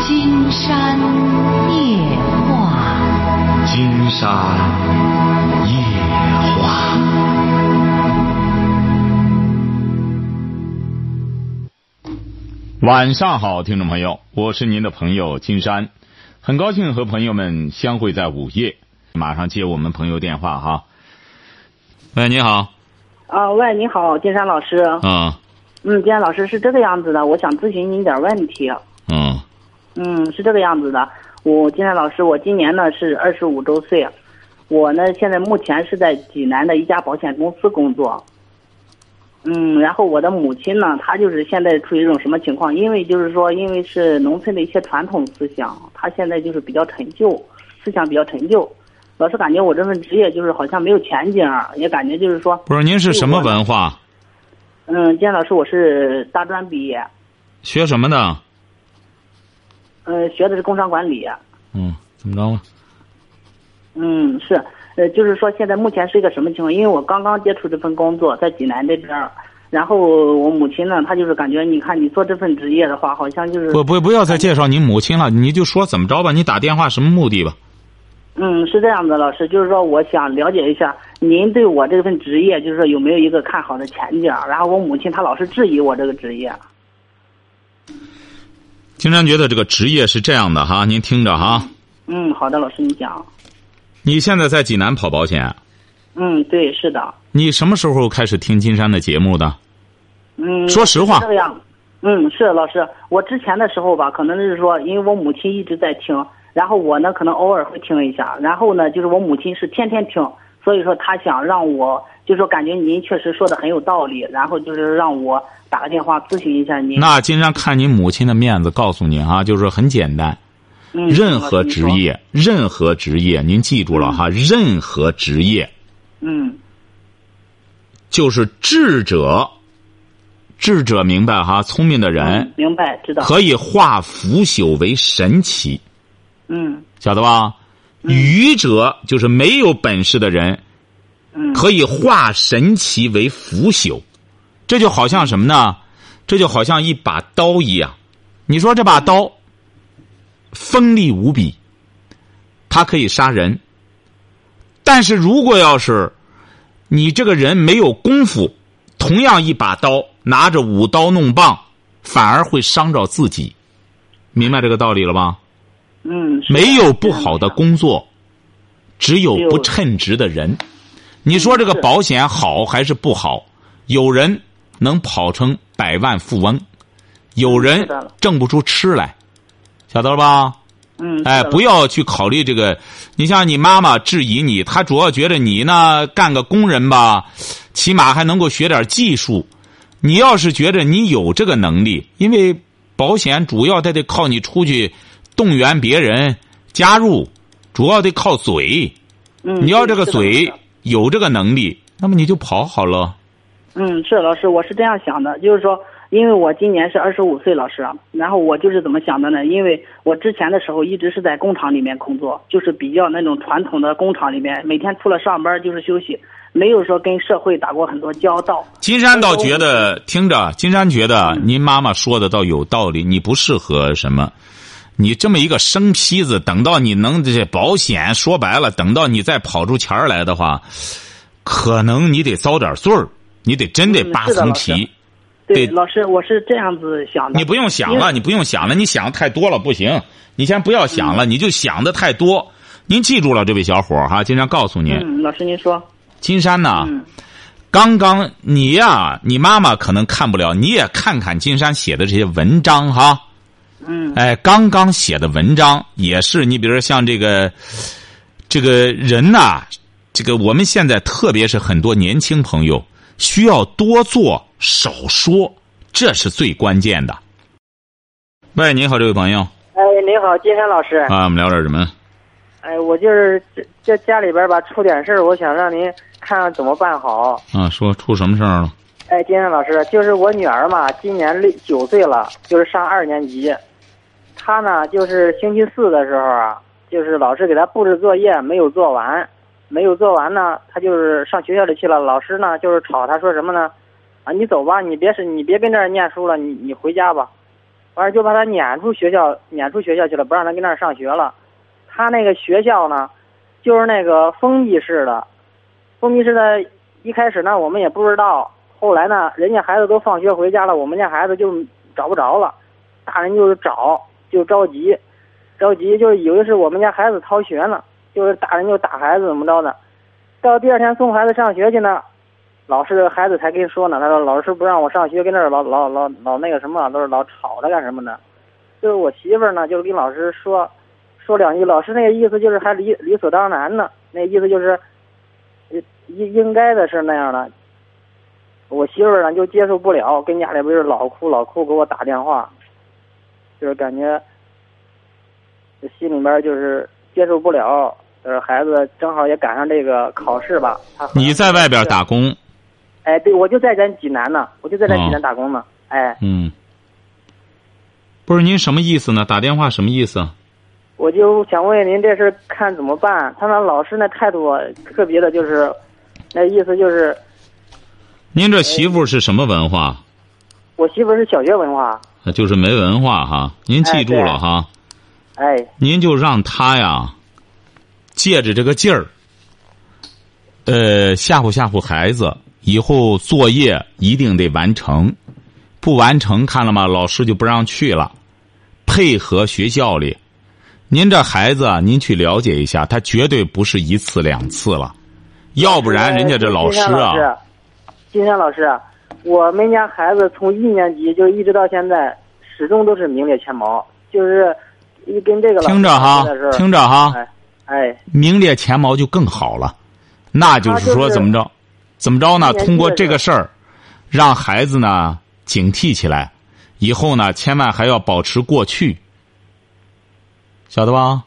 金山夜话，金山夜话。晚上好，听众朋友，我是您的朋友金山，很高兴和朋友们相会在午夜。马上接我们朋友电话哈。喂，你好。啊，喂，你好，金山老师。嗯嗯，金山老师是这个样子的，我想咨询您点问题。嗯嗯，是这个样子的。我金山老师，我今年呢是二十五周岁，我呢现在目前是在济南的一家保险公司工作。嗯，然后我的母亲呢，她就是现在处于一种什么情况？因为就是说，因为是农村的一些传统思想，她现在就是比较陈旧，思想比较陈旧，老是感觉我这份职业就是好像没有前景儿，也感觉就是说，不是，您是什么文化？嗯，金山老师，我是大专毕业，学什么的？呃，学的是工商管理。嗯，怎么着了？嗯，是，呃，就是说现在目前是一个什么情况？因为我刚刚接触这份工作，在济南这边儿，然后我母亲呢，她就是感觉，你看你做这份职业的话，好像就是，不不，不要再介绍您母亲了，你就说怎么着吧。你打电话什么目的吧？嗯，是这样的，老师，就是说我想了解一下您对我这份职业，就是说有没有一个看好的前景儿？然后我母亲她老是质疑我这个职业，金山觉得这个职业是这样的哈，您听着哈，嗯，好的，老师，你讲，你现在在济南跑保险，嗯，对，是的，你什么时候开始听金山的节目的？嗯，说实话是这样，嗯，是老师，我之前的时候吧，可能是说，因为我母亲一直在听，然后我呢，可能偶尔会听一下，然后呢，就是我母亲是天天听，所以说她想让我，就是说感觉您确实说的很有道理，然后就是让我打个电话咨询一下您。那金山看您母亲的面子，告诉您啊，就是说很简单，嗯任何职，老师您说业，任何职业，您记住了哈，任何职业嗯就是智者，智者明白哈，聪明的人嗯，明白，知道，可以化腐朽为神奇，嗯晓得吧？愚者就是没有本事的人，嗯可以化神奇为腐朽，这就好像什么呢？这就好像一把刀一样。你说这把刀锋利无比，它可以杀人，但是如果要是你这个人没有功夫，同样一把刀拿着舞刀弄棒，反而会伤着自己。明白这个道理了吧？嗯，是的没有不好的，工作，只有不称职的人。你说这个是保险好还是不好？有人能跑成百万富翁，有人是的挣不出吃来，晓得了吧？嗯，哎，不要，要去考虑这个。你像你妈妈质疑你，她主要觉得你呢干个工人吧，起码还能够学点技术。你要是觉得你有这个能力，因为保险主要它得靠你出去动员别人加入，主要得靠嘴。嗯，你要这个是的是嘴的有这个能力，那么你就跑好了。嗯，是老师，我是这样想的，就是说，因为我今年是二十五岁，老师，啊然后我就是怎么想的呢？因为我之前的时候一直是在工厂里面工作，就是比较那种传统的工厂里面，每天除了上班就是休息，没有说跟社会打过很多交道。金山倒觉得，听着，金山觉得您妈妈说的倒有道理，你不适合什么。你这么一个生坯子，等到你能这保险，说白了，等到你再跑出钱儿来的话，可能你得遭点罪儿，你得真得嗯扒是的层老师皮。对对，老师，我是这样子想的。你不用想因了，为你不用想了，你想太多了不行。你先不要想了，你就想的太多。您记住了，这位小伙儿哈，金山告诉您，嗯，老师您说，金山呢，嗯刚刚你呀、你妈妈可能看不了，你也看看金山写的这些文章哈。嗯哎，刚刚写的文章也是，你比如说像这个，这个人呐、这个我们现在特别是很多年轻朋友需要多做少说，这是最关键的。喂，你好，这位朋友哎，您好，金山老师。啊，我们聊点什么？哎，我就是这这家里边吧出点事儿，我想让您看看怎么办好。啊，说出什么事儿了？哎，金山老师，就是我女儿嘛，今年六九岁了，就是上二年级。她呢，就是星期四的时候啊，就是老师给她布置作业没有做完，没有做完呢，她就是上学校里去了。老师呢，就是吵她说什么呢？啊，你走吧，你别是你别跟这儿念书了，你你回家吧。完了就把他��撵出学校，撵出学校去了，不让他跟那儿上学了。他那个学校呢，就是那个封闭式的，封闭式的。一开始呢，我们也不知道，后来呢，人家孩子都放学回家了，我们家孩子就找不着了，大人就是找，就着急，着急就以为是我们家孩子逃学呢，就是大人就打孩子怎么着的。到第二天送孩子上学去呢，老师孩子才跟说呢，他说老师不让我上学，跟那儿老老老老那个什么，都是老吵着干什么呢？就是我媳妇儿呢，就是跟老师说说两句，老师那个意思就是还理理所当然呢，那意思就是应应该的是那样的。我媳妇儿呢就接受不了，跟家里边就老哭老哭，给我打电话，就是感觉心里边就是接受不了。就是孩子正好也赶上这个考试吧，他你在外边打工？哎，对，我就在咱济南呢，我就在咱哦济南打工呢。哎，嗯，不是您什么意思呢？打电话什么意思？我就想问问您这事儿看怎么办？他那老师那态度啊特别的，就是那意思就是，您这媳妇是什么文化？我媳妇儿是小学文化，呃就是没文化哈。您记住了哈，哎，您就让她呀，借着这个劲儿，呃，吓唬吓唬孩子。以后作业一定得完成，不完成看了吗？老师就不让去了。配合学校里，您这孩子啊，您去了解一下，他绝对不是一次两次了，要哦不然人家这老师呃金山啊，老师，金山老师，啊我们家孩子从一年级就一直到现在，始终都是名列前茅，就是一跟这个老师听着哈的时候，听着啊哈，哎哎，名列前茅就更好了。那就是啊他就说是怎么着，怎么着呢？年纪通过的这事个事儿，让孩子呢警惕起来，以后呢千万还要保持过去，晓得吧？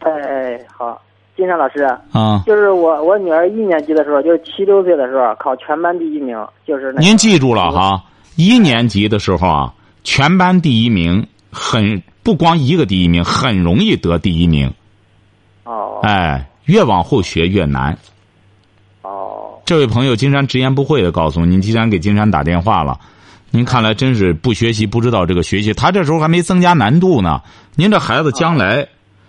哎哎，好，金山老师，啊、就是我我女儿一年级的时候，就是七六岁的时候，啊考全班第一名，就是那个您记住嗯了哈，一年级的时候啊，全班第一名很不光一个第一名，很容易得第一名。哦哎，越往后学越难。哦，这位朋友，金山直言不讳的告诉您，金山给金山打电话了。您看来真是不学习不知道这个学习，他这时候还没增加难度呢。您这孩子将来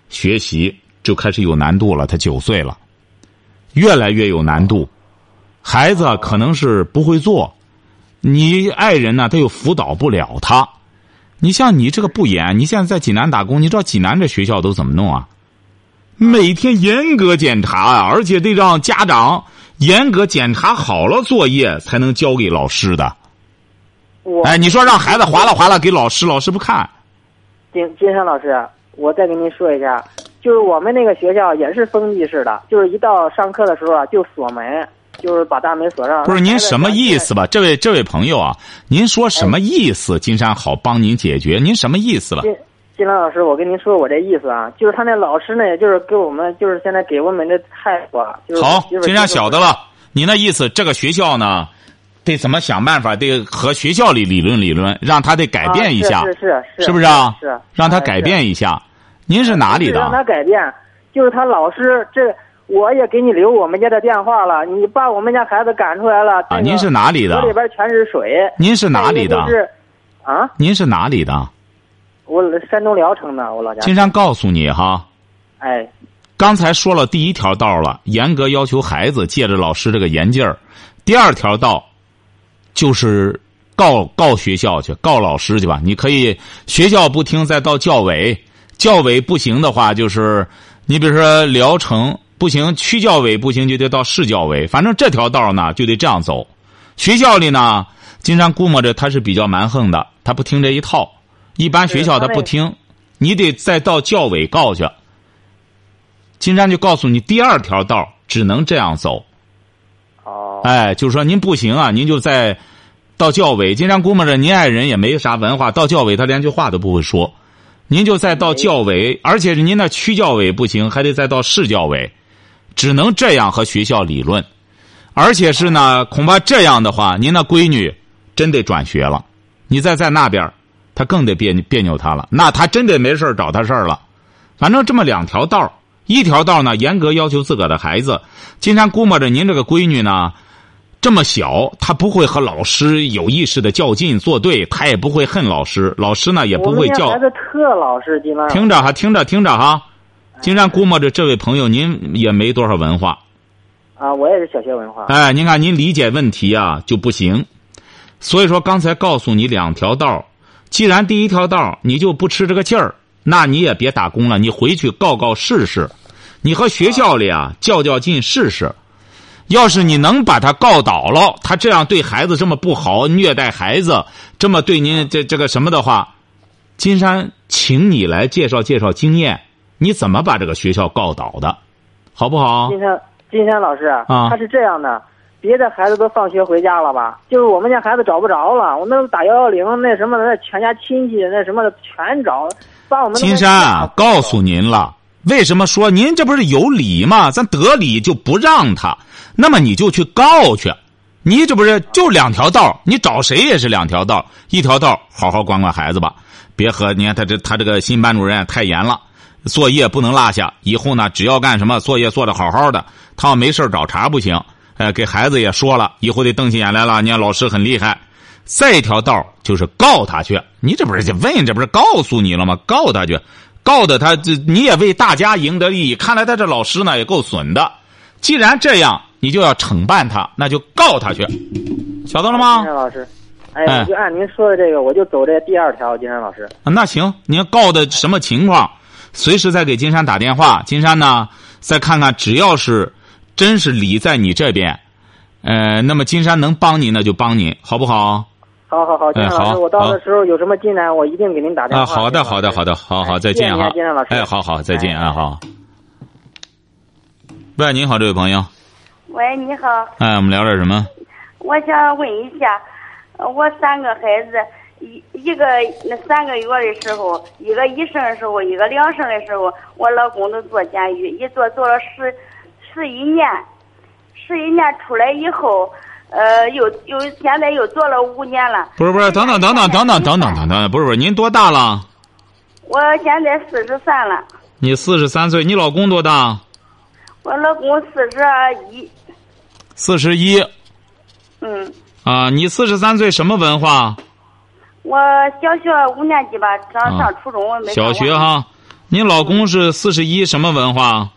学习就开始有难度了，他九岁了，越来越有难度。孩子可能是不会做，你爱人呢，他又辅导不了他。你像你这个不严，你现在在济南打工，你知道济南这学校都怎么弄啊？每天严格检查啊，而且得让家长严格检查好了作业才能交给老师的。我哎，你说让孩子划拉划拉给老师，老师不看。金金山老师，啊我再跟您说一下，就是我们那个学校也是封闭式的，就是一到上课的时候啊就锁门，就是把大门锁上。不是您什么意思吧？吧？这位这位朋友啊，您说什么意思？金山好帮您解决。您什么意思吧？金金山老师，我跟您说我这意思啊，就是他那老师呢，也就是给我们，就是现在给我们的态度啊，就是好媳妇，儿金接受山不晓得了。你那意思，这个学校呢，得怎么想办法？得和学校里理论理论，让他得改啊变一下，是是是，不是啊？是让他哎改是变一下。您是哪里的？让他改变，就是他老师这，我也给你留我们家的电话了，你把我们家孩子赶出来了。啊，您是哪里河的？里边全是水。您是哪里再一个就的？是啊，您是哪里的？我山东聊城的，我老家金。山告诉你哈，哎，刚才说了第一条道了，严格要求孩子借着老师这个严劲儿。第二条道，就是告告学校去，告老师去吧。你可以学校不听，再到教委，教委不行的话，就是你比如说聊城不行，区教委不行，就得到市教委。反正这条道呢，就得这样走。学校里呢，经常估摸着他是比较蛮横的，他不听这一套。一般学校他不听，你得再到教委告去。金山就告诉你，第二条道只能这样走。哦，哎，就是说您不行啊，您就在到教委。金山估摸着您爱人也没啥文化，到教委他连句话都不会说。您就再到教委，而且是您那区教委不行，还得再到市教委，只能这样和学校理论。而且是呢，恐怕这样的话，您那闺女真得转学了。你再在那边儿，她更得别别扭她了。那她真得没事儿找她事儿了。反正这么两条道儿一条道儿呢，严格要求自个儿的孩子。金山估摸着您这个闺女呢，这么小，他不会和老师有意识的较劲作对，他也不会恨老师，老师呢也我哎不们会家叫。孩子特老实，金兰老师听着哈，听着听着哈，金山估摸着这位朋友您也没多少文化，啊，我也是小学文化。哎，您看您理解问题啊就不行，所以说刚才告诉你两条道儿既然第一条道儿你就不吃这个劲儿，那你也别打工了，你回去告告试试，你和学校里啊较较劲试试，要是你能把他告倒了，他这样对孩子这么不好，虐待孩子，这么对您这这个什么的话，金山，请你来介绍介绍经验，你怎么把这个学校告倒的，好不好？金山金山老师，啊他是这样的，别的孩子都放学回家了吧？就是我们家孩子找不着了，我那打幺幺零，那什么的，那全家亲戚那什么的全找，把我们金山啊，告诉您了，为什么说您这不是有理吗？咱得理就不让他，那么你就去告去。你这不是就两条道儿你找谁也是两条道儿一条道儿好好管管孩子吧，别和你看他这他这个新班主任太严了，作业不能落下。以后呢，只要干什么作业做得好好的，他要没事儿找茬不行。呃，给孩子也说了，以后得瞪起眼来了。你看老师很厉害，再一条道儿就是告他去，你这不是就问，这不是告诉你了吗？告他去，告的他这你也为大家赢得利益。看来他这老师呢也够损的，既然这样，你就要惩办他，那就告他去，晓得了金吗山？老师，哎哎呀，我就按您说的这个，我就走这第二条，金山老师。那行，您告的什么情况，随时再给金山打电话。金山呢，再看看，只要是真是理在你这边，呃，那么金山能帮您那就帮您，好不好？好好好，金山老哎好师，我到好的时候有什么进展，我一定给您打电话。啊，好的，好的，好的。的，好好，哎再谢谢见您啊哈金山老，师哎，好好，再见啊，哎好。喂，您好，这位朋友，喂，你好，哎，我们聊点什么？我想问一下，呃我三个孩子，一一个那三个月的时候，一个一生的时候，一个两生的时候，我老公都坐监狱，一坐坐了十十一年，十一年出来以后，呃，又又现在又坐了五年了。不是不是，等等等等等等等等等等，不是不是，您多大了？我现在四十三了，你四十三岁，你老公多大？我老公四十一，四十一嗯，啊，你四十三岁什么文化？我小学五年级吧，上啊上初中我没上小完学，哈，您老公是四十一，什么文化？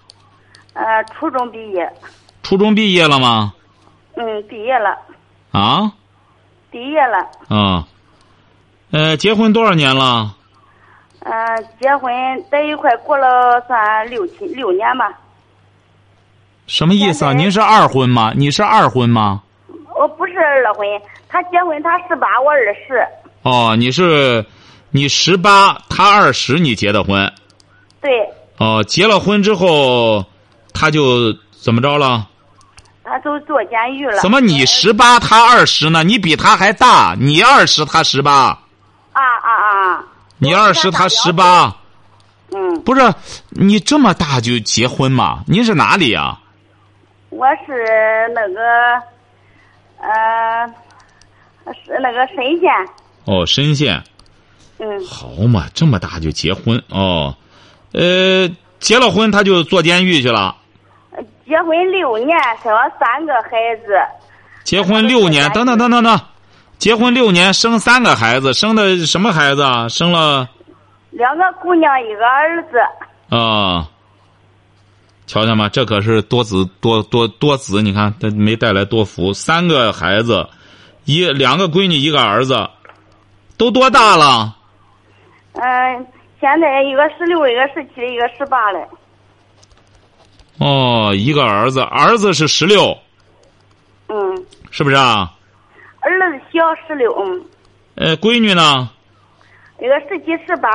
呃，初中毕业，初中毕业了吗？嗯，毕业了。啊毕业了，啊，呃，结婚多少年了？嗯、结婚在一块过了算六七六年吧。什么意思啊？现在您是二婚吗？你是二婚吗？我哦不是二婚，他结婚他十八，我二十。哦，你是你十八，他二十，你结的婚。对，哦，结了婚之后，他就怎么着了？他都坐监狱了。怎么你十八，他二十呢？你比他还大，你二十，他十八，啊啊啊！你二十，他十八。嗯，不是你这么大就结婚吗？您是哪里啊？我是那个，呃，是那个深县。哦，深县。嗯，好嘛，这么大就结婚哦，呃，结了婚他就坐监狱去了。结婚六年，生了三个孩子。结婚六年，等等等等等，结婚六年生三个孩子，生的什么孩子啊？生了两个姑娘，一个儿子，啊、瞧瞧嘛，这可是多子多多多子，你看这没带来多福，三个孩子，一两个闺女，一个儿子，都多大了？嗯、现在一个十六，一个十七，一个十八了。哦，一个儿子，儿子是十六，嗯，是不是啊？儿子小十六，嗯，呃，闺女呢？一个十七十八，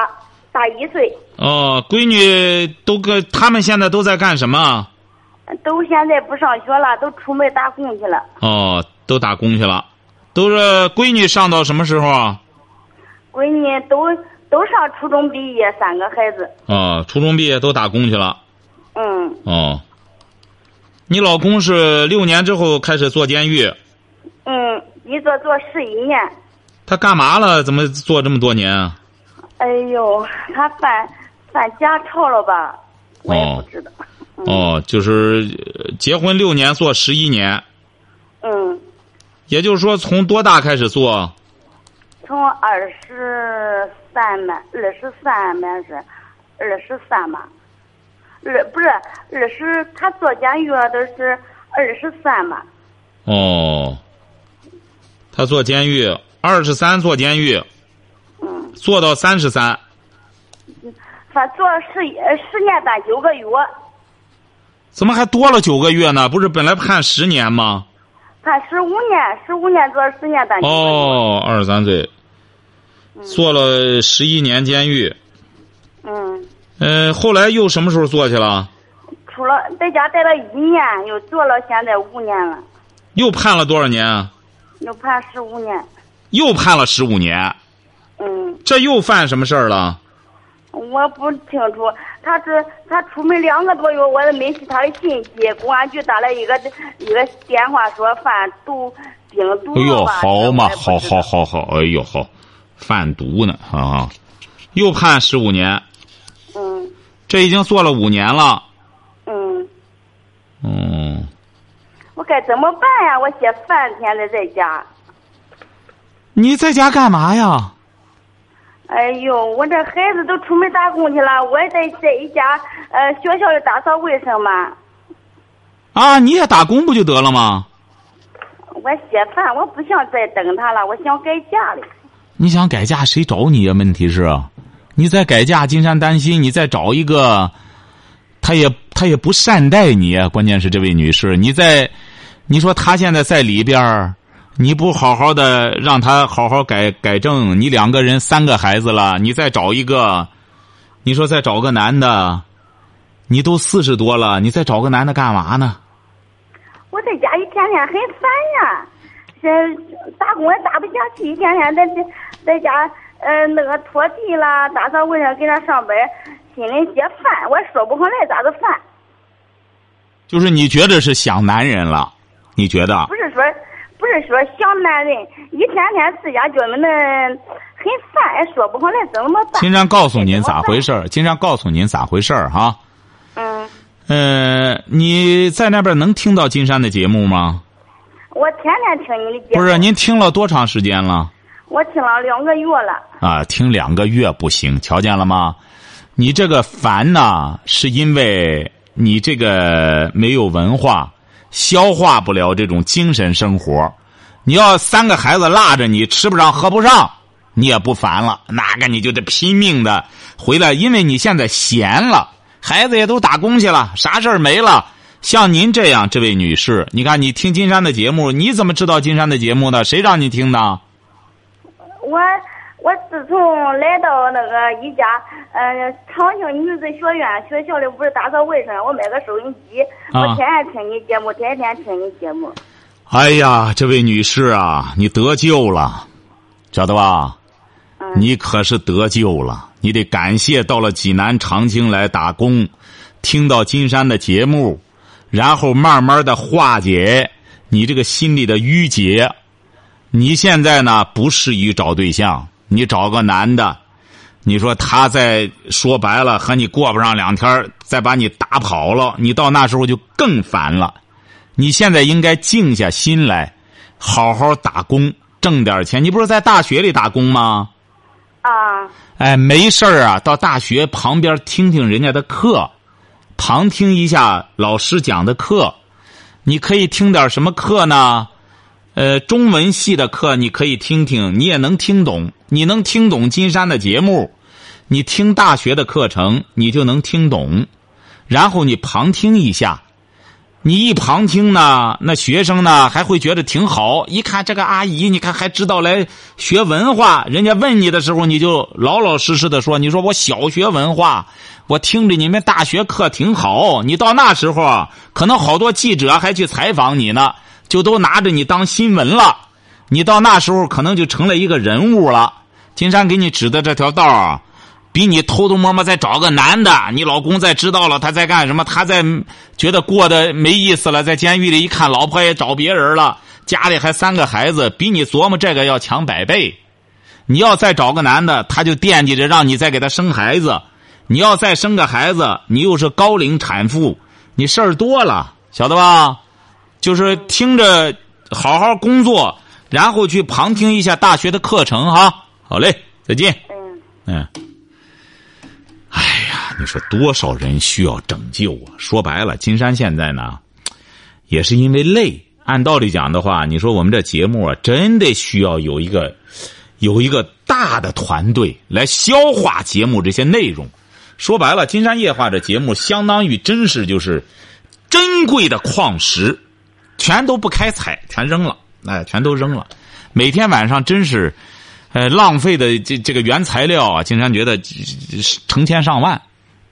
大一岁，哦，闺女都跟他们现在都在干什么？都现在不上学了，都出门打工去了。哦，都打工去了，都是闺女上到什么时候啊？闺女都都上初中毕业，三个孩子。哦，初中毕业都打工去了。嗯，哦，你老公是六年之后开始坐监狱，嗯，一做做十一年。他干嘛了？怎么坐这么多年啊？哎呦，他犯犯家吵了吧？我也不知道。哦，就是呃结婚六年坐十一年，嗯，也就是说，从多大开始做？从二十三吧，二十三吧是，二十三吧，二不是二十，他坐监狱了都是二十三吧，哦，他坐监狱，二十三坐监狱，嗯，坐到三十三，反正坐了十一呃十年半九个月，怎么还多了九个月呢？不是本来判十年吗？判十五年，十五年坐了十年半九个月，哦，二十三岁，坐了十一年监狱。嗯，呃，后来又什么时候坐去了？出了在家待了一年，又坐了现在五年了，又判了多少年啊？又判十五年，又判了十五年，嗯。这又犯什么事儿了？我不清楚，他这他出门两个多月，我也没去他的信息。公安局打了一个一个电话说犯毒病毒哎了呦，吧？好嘛，好好好好。好，哎呦好，贩毒呢啊！又判十五年，嗯这已经坐了五年了。嗯，嗯，我该怎么办呀？我写半天的在家。你在家干嘛呀？哎呦，我这孩子都出门打工去了，我也在在一家呃学校里打扫卫生嘛。啊，你也打工不就得了吗？我写饭，我不想再等他了，我想改嫁了。你想改嫁，谁找你呀？问题是，啊你再改嫁，金山担心你再找一个，他也他也不善待你。关键是这位女士，你在，你说他现在在里边儿你不好好的让他好好改改正，你两个人三个孩子了，你再找一个，你说再找个男的，你都四十多了，你再找个男的干嘛呢？我在家一天天很烦呀，这打工也打不下去，一天天在在在家呃那个拖地啦、打扫卫生，跟那上班，心里些烦，我说不上来咋子烦。就是你觉得是想男人了，你觉得？不是说不是说想男人，一天天自家觉得那很烦，也说不上来怎么办。金山告诉您咋回事儿，金山告诉您咋回事儿哈。嗯，呃，你在那边能听到金山的节目吗？我天天听你的节目，不是，您听了多长时间了？我听了两个月了。啊，听两个月不行，瞧见了吗？你这个烦呐，是因为你这个没有文化，消化不了这种精神生活。你要三个孩子落着你，吃不上喝不上，你也不烦了。那个你就得拼命的回来，因为你现在闲了，孩子也都打工去了，啥事儿没了。像您这样，这位女士，你看你听金山的节目，你怎么知道金山的节目的？谁让你听的？我我自从来到那个一家呃长兴女子学院学校里不是打扫卫生，我买个收音机，啊我天天听你节目，天天听你节目。哎呀，这位女士啊，你得救了，晓得吧？嗯你可是得救了，你得感谢到了济南长清来打工，听到金山的节目，然后慢慢的化解你这个心里的郁结。你现在呢不适宜找对象，你找个男的，你说他再说白了和你过不上两天儿，再把你打跑了，你到那时候就更烦了。你现在应该静下心来，好好打工，挣点钱。你不是在大学里打工吗？啊，哎，没事儿啊，到大学旁边听听人家的课，旁听一下老师讲的课。你可以听点什么课呢？呃，中文系的课你可以听听，你也能听懂。你能听懂金山的节目，你听大学的课程，你就能听懂。然后你旁听一下，你一旁听呢，那学生呢还会觉得挺好。一看这个阿姨，你看还知道来学文化，人家问你的时候，你就老老实实的说：“你说我小学文化，我听着你们大学课挺好。”你到那时候啊，可能好多记者还去采访你呢，就都拿着你当新闻了。你到那时候可能就成了一个人物了。金山给你指的这条道儿啊，比你偷偷摸摸再找个男的，你老公再知道了他在干什么，他再觉得过得没意思了，在监狱里一看老婆也找别人了，家里还三个孩子，比你琢磨这个要强百倍。你要再找个男的，他就惦记着让你再给他生孩子，你要再生个孩子，你又是高龄产妇，你事儿多了，晓得吧？就是听着好好工作，然后去旁听一下大学的课程哈。好嘞，再见。嗯，嗯，哎呀，你说多少人需要拯救啊？说白了，金山现在呢，也是因为累。按道理讲的话，你说我们这节目啊，真得需要有一个有一个大的团队来消化节目这些内容。说白了，《金山夜话》这节目相当于真是就是珍贵的矿石，全都不开采，全扔了，哎，全都扔了。每天晚上真是。呃，浪费的这这个原材料啊，经常觉得这这这成千上万，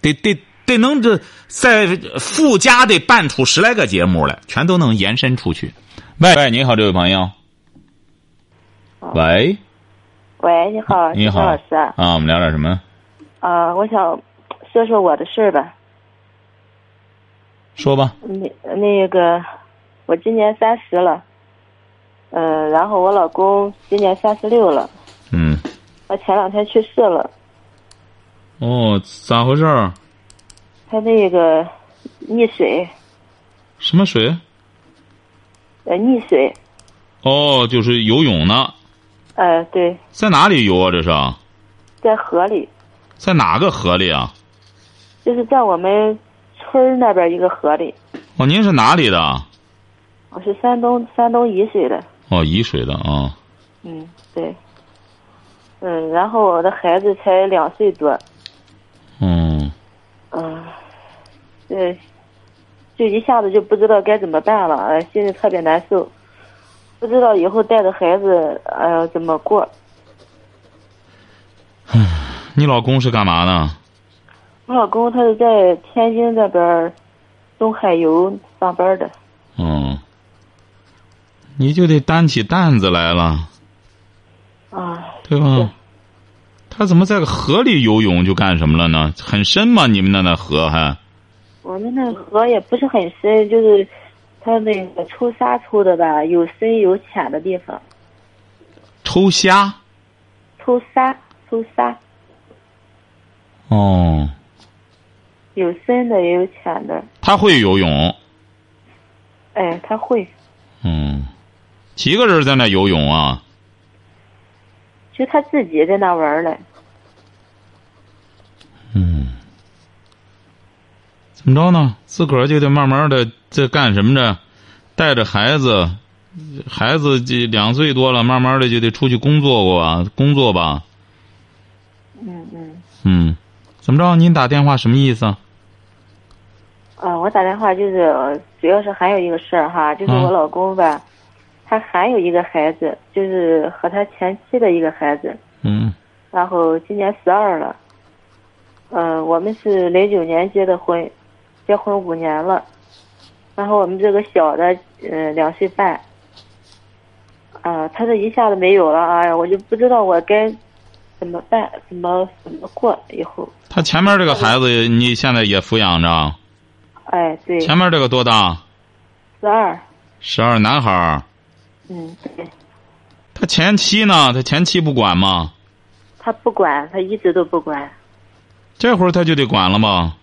得得得能这在附加得办出十来个节目来，全都能延伸出去。喂喂，你好，这位朋友。喂，喂，你好，你好，金老师，啊、啊，我们聊点什么？呃我想说说我的事儿吧。说吧。那那个，我今年三十了，嗯、然后我老公今年三十六了，嗯，他前两天去世了，哦，咋回事儿？他那个溺水，什么水？呃，溺水，哦，就是游泳呢，呃，对，在哪里游啊？这是在河里，在哪个河里啊？就是在我们村儿那边一个河里。哦，您是哪里的？我是山东山东沂水的，哦，沂水的啊。嗯，对，嗯，然后我的孩子才两岁多，嗯，嗯，对，就一下子就不知道该怎么办了，呃，心里特别难受，不知道以后带着孩子，呃，怎么过。你老公是干嘛呢？我老公他是在天津那边儿东海油上班的，嗯，你就得担起担子来了，啊，对吧？对他怎么在河里游泳就干什么了呢？很深吗？你们那那河还？我们那河也不是很深，就是他那个抽沙抽的吧，有深有浅的地方，抽虾？抽沙抽沙哦，有深的也有浅的，他会游泳。哎，他会。嗯，几个人在那游泳啊？就他自己在那玩儿嘞，嗯，怎么着呢？自个儿就得慢慢的这干什么着？带着孩子，孩子这两岁多了，慢慢的就得出去工作过啊，工作吧。嗯嗯，嗯，怎么着？您打电话什么意思啊？啊，我打电话就是呃主要是还有一个事儿哈，就是嗯我老公吧，他还有一个孩子，就是和他前妻的一个孩子，嗯然后今年十二了，呃，我们是零九年结的婚，结婚五年了，然后我们这个小的，呃，两岁半，啊、他这一下子没有了，哎呀，我就不知道我该怎么办，怎么怎么过以后，他前面这个孩子，你现在也抚养着？哎，对，前面这个多大？十二，十二，男孩儿。嗯，对，他前妻呢？他前妻不管吗？他不管，他一直都不管。这会儿他就得管了吧？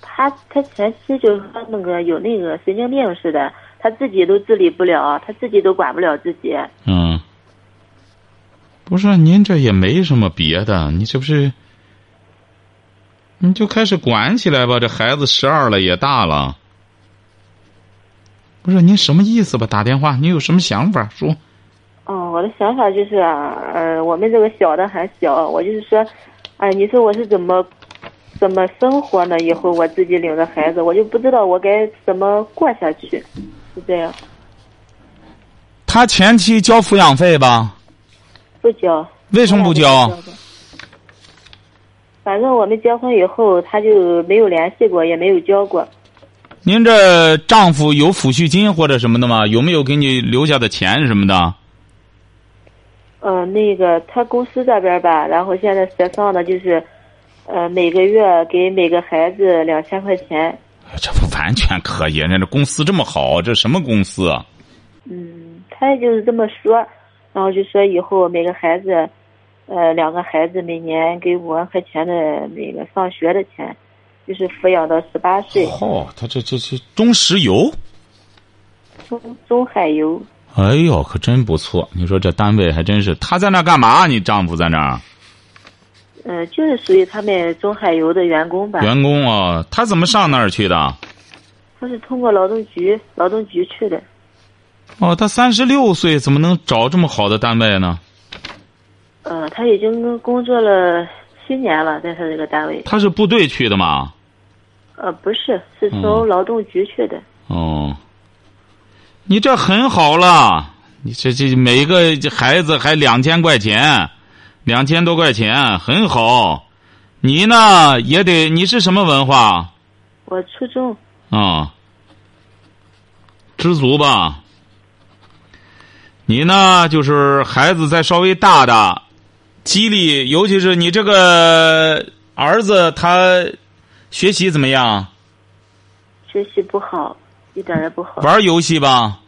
他他前妻就是说那个有那个神经病似的，他自己都自理不了，他自己都管不了自己。嗯。不是，您这也没什么别的，你这不是？你就开始管起来吧，这孩子十二了，也大了。不是您什么意思吧？打电话，你有什么想法说？嗯，我的想法就是啊，呃，我们这个小的还小，我就是说，哎，你说我是怎么怎么生活呢？以后我自己领着孩子，我就不知道我该怎么过下去，就这样他前妻交抚养费吧？不交。哦为什么不啊交？反正我们结婚以后，他就没有联系过，也没有交过。您这丈夫有抚恤金或者什么的吗？有没有给你留下的钱什么的？嗯，那个他公司这边吧，然后现在协商的就是，呃，每个月给每个孩子两千块钱。这不完全可以，人家这公司这么好，这什么公司啊？嗯，他也就是这么说，然后就说以后每个孩子，呃，两个孩子每年给五万块钱的那个上学的钱，就是抚养到十八岁。哦，他这这这中石油，中中海油，哎呦，可真不错！你说这单位还真是，他在那儿干嘛？你丈夫在那儿，嗯、就是属于他们中海油的员工吧。员工哦，他怎么上那儿去的？他是通过劳动局劳动局去的，哦，他三十六岁，怎么能找这么好的单位呢？呃，他已经工作了七年了，在他这个单位。他是部队去的嘛？呃，不是，是嗯从劳动局去的。哦，你这很好了，你这这每个孩子还两千块钱，两千多块钱，很好。你呢也得，你是什么文化我初中，啊？知足吧。你呢，就是孩子再稍微大的，激励，尤其是你这个儿子，他学习怎么样？学习不好，一点儿也不好。玩儿游戏吧？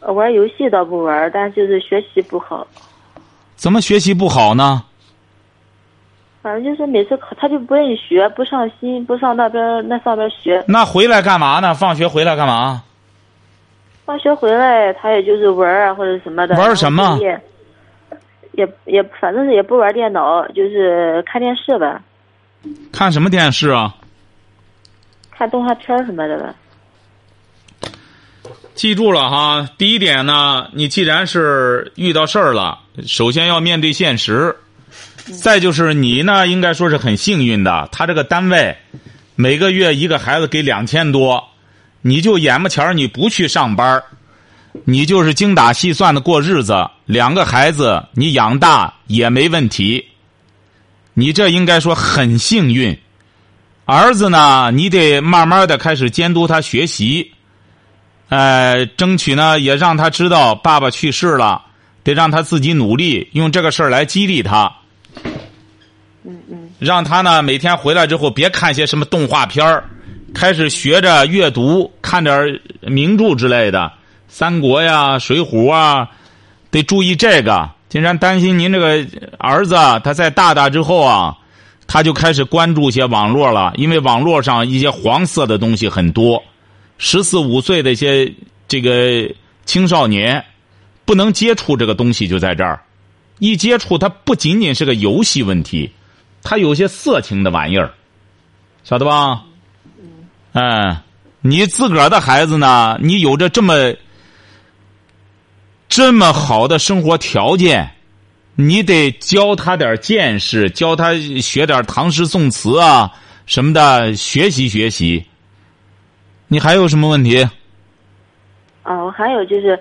呃玩游戏倒不玩，但就是学习不好。怎么学习不好呢？反正就是每次考他就不愿意学，不上心，不上那边儿那上边儿学。那回来干嘛呢？放学回来干嘛？放学回来他也就是玩儿啊或者什么的。玩儿什么然后作业也也反正是也不玩电脑，就是看电视吧，看什么电视啊？看动画片儿什么的吧。记住了哈，第一点呢，你既然是遇到事儿了，首先要面对现实。再就是你呢，应该说是很幸运的，他这个单位每个月一个孩子给两千多，你就眼巴前儿你不去上班儿你就是精打细算的过日子，两个孩子你养大也没问题。你这应该说很幸运。儿子呢，你得慢慢的开始监督他学习。呃，争取呢也让他知道爸爸去世了，得让他自己努力，用这个事儿来激励他，嗯嗯让他呢每天回来之后别看些什么动画片儿，开始学着阅读，看点儿名著之类的，《三国》呀、《水浒》啊，得注意这个。竟然担心您这个儿子啊，他在大大之后啊，他就开始关注一些网络了，因为网络上一些黄色的东西很多。十四五岁的一些这个青少年，不能接触这个东西就在这儿，一接触它不仅仅是个游戏问题，它有些色情的玩意儿，晓得吧？嗯，你自个儿的孩子呢，你有着这么这么好的生活条件，你得教他点儿见识，教他学点儿唐诗宋词啊什么的，学习学习。你还有什么问题？啊，我还有就是，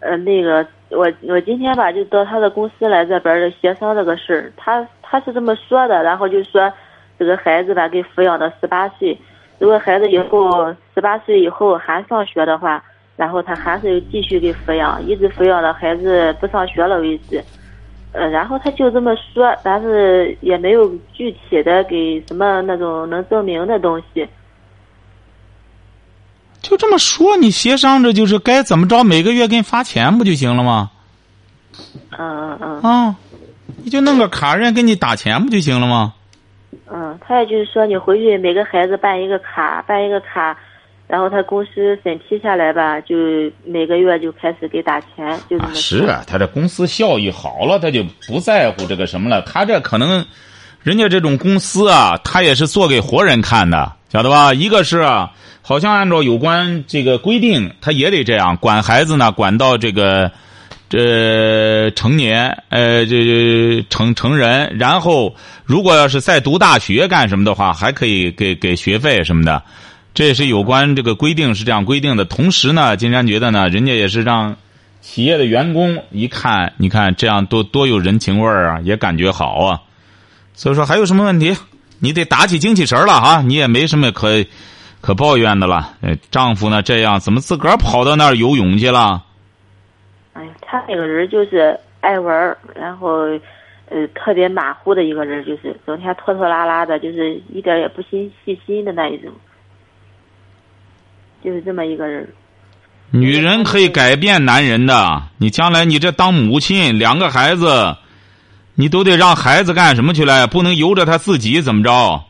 呃，那个我我今天吧就到他的公司来这边儿协商这个事儿，他他是这么说的，然后就说这个孩子吧给抚养到十八岁，如果孩子以后十八岁以后还上学的话，然后他还是继续给抚养，一直抚养到孩子不上学了为止。呃，然后他就这么说，但是也没有具体的给什么那种能证明的东西。就这么说，你协商着就是该怎么着，每个月给你发钱不就行了吗？嗯嗯嗯。啊，你就弄个卡，人家给你打钱不就行了吗？嗯，他也就是说，你回去每个孩子办一个卡，办一个卡，然后他公司审批下来吧，就每个月就开始给打钱，就这么、啊，是，啊，他这公司效益好了，他就不在乎这个什么了。他这可能，人家这种公司啊，他也是做给活人看的，晓得吧？一个是啊，好像按照有关这个规定，他也得这样管孩子呢，管到这个这成年，呃，这这成成人。然后，如果要是再读大学干什么的话，还可以给给学费什么的。这也是有关这个规定是这样规定的。同时呢，金山觉得呢，人家也是让企业的员工一看，你看这样多多有人情味儿啊，也感觉好啊。所以说还有什么问题？你得打起精气神儿了啊！你也没什么可可抱怨的了。呃，丈夫呢这样，怎么自个儿跑到那儿游泳去了？哎呀，他那个人就是爱玩儿，然后，呃，特别马虎的一个人，就是整天拖拖拉拉的，就是一点儿也不心细心的那一种，就是这么一个人。女人可以改变男人的，你将来你这当母亲，两个孩子，你都得让孩子干什么去了？不能由着他自己怎么着？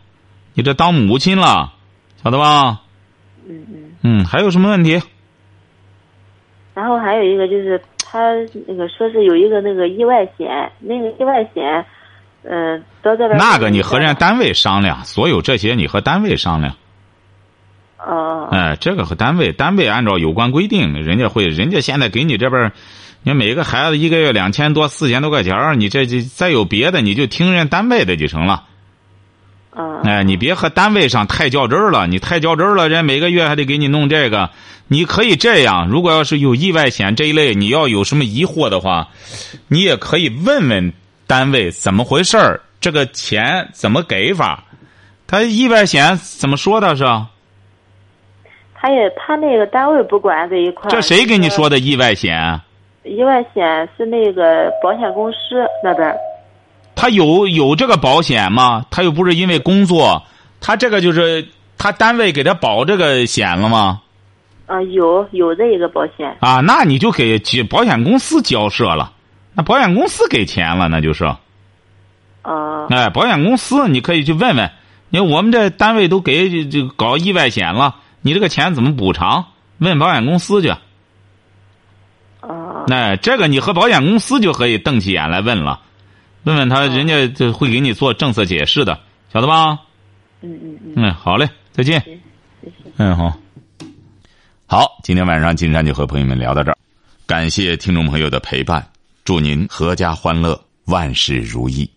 你这当母亲了，晓得吧？嗯嗯，嗯，还有什么问题？然后还有一个就是他那个说是有一个那个意外险，那个意外险，嗯、到这边那个你和人家单位商量，所有这些你和单位商量。哦、哎，这个和单位，单位按照有关规定，人家会，人家现在给你这边儿，你看每个孩子一个月两千多、四千多块钱儿你这这再有别的，你就听人家单位的就成了。嗯、哎，你别和单位上太较真儿了，你太较真儿了，人家每个月还得给你弄这个。你可以这样，如果要是有意外险这一类，你要有什么疑惑的话，你也可以问问单位怎么回事儿，这个钱怎么给法？他意外险怎么说的是吧？他也他那个单位不管这一块儿。这谁给你就是说的意外险？意外险是那个保险公司那边儿，他有有这个保险吗？他又不是因为工作，他这个就是他单位给他保这个险了吗？嗯、有有这一个保险，啊，那你就给给保险公司交涉了，那保险公司给钱了，那就是，嗯、哎，保险公司你可以去问问，因为我们这单位都给这这搞意外险了，你这个钱怎么补偿？问保险公司去。嗯、那、这个你和保险公司就可以瞪起眼来问了，问问他，人家就会给你做政策解释的，晓得吧？嗯嗯嗯，嗯，好嘞，再见。谢谢。嗯，好。好，今天晚上金山就和朋友们聊到这儿，感谢听众朋友的陪伴，祝您阖家欢乐，万事如意。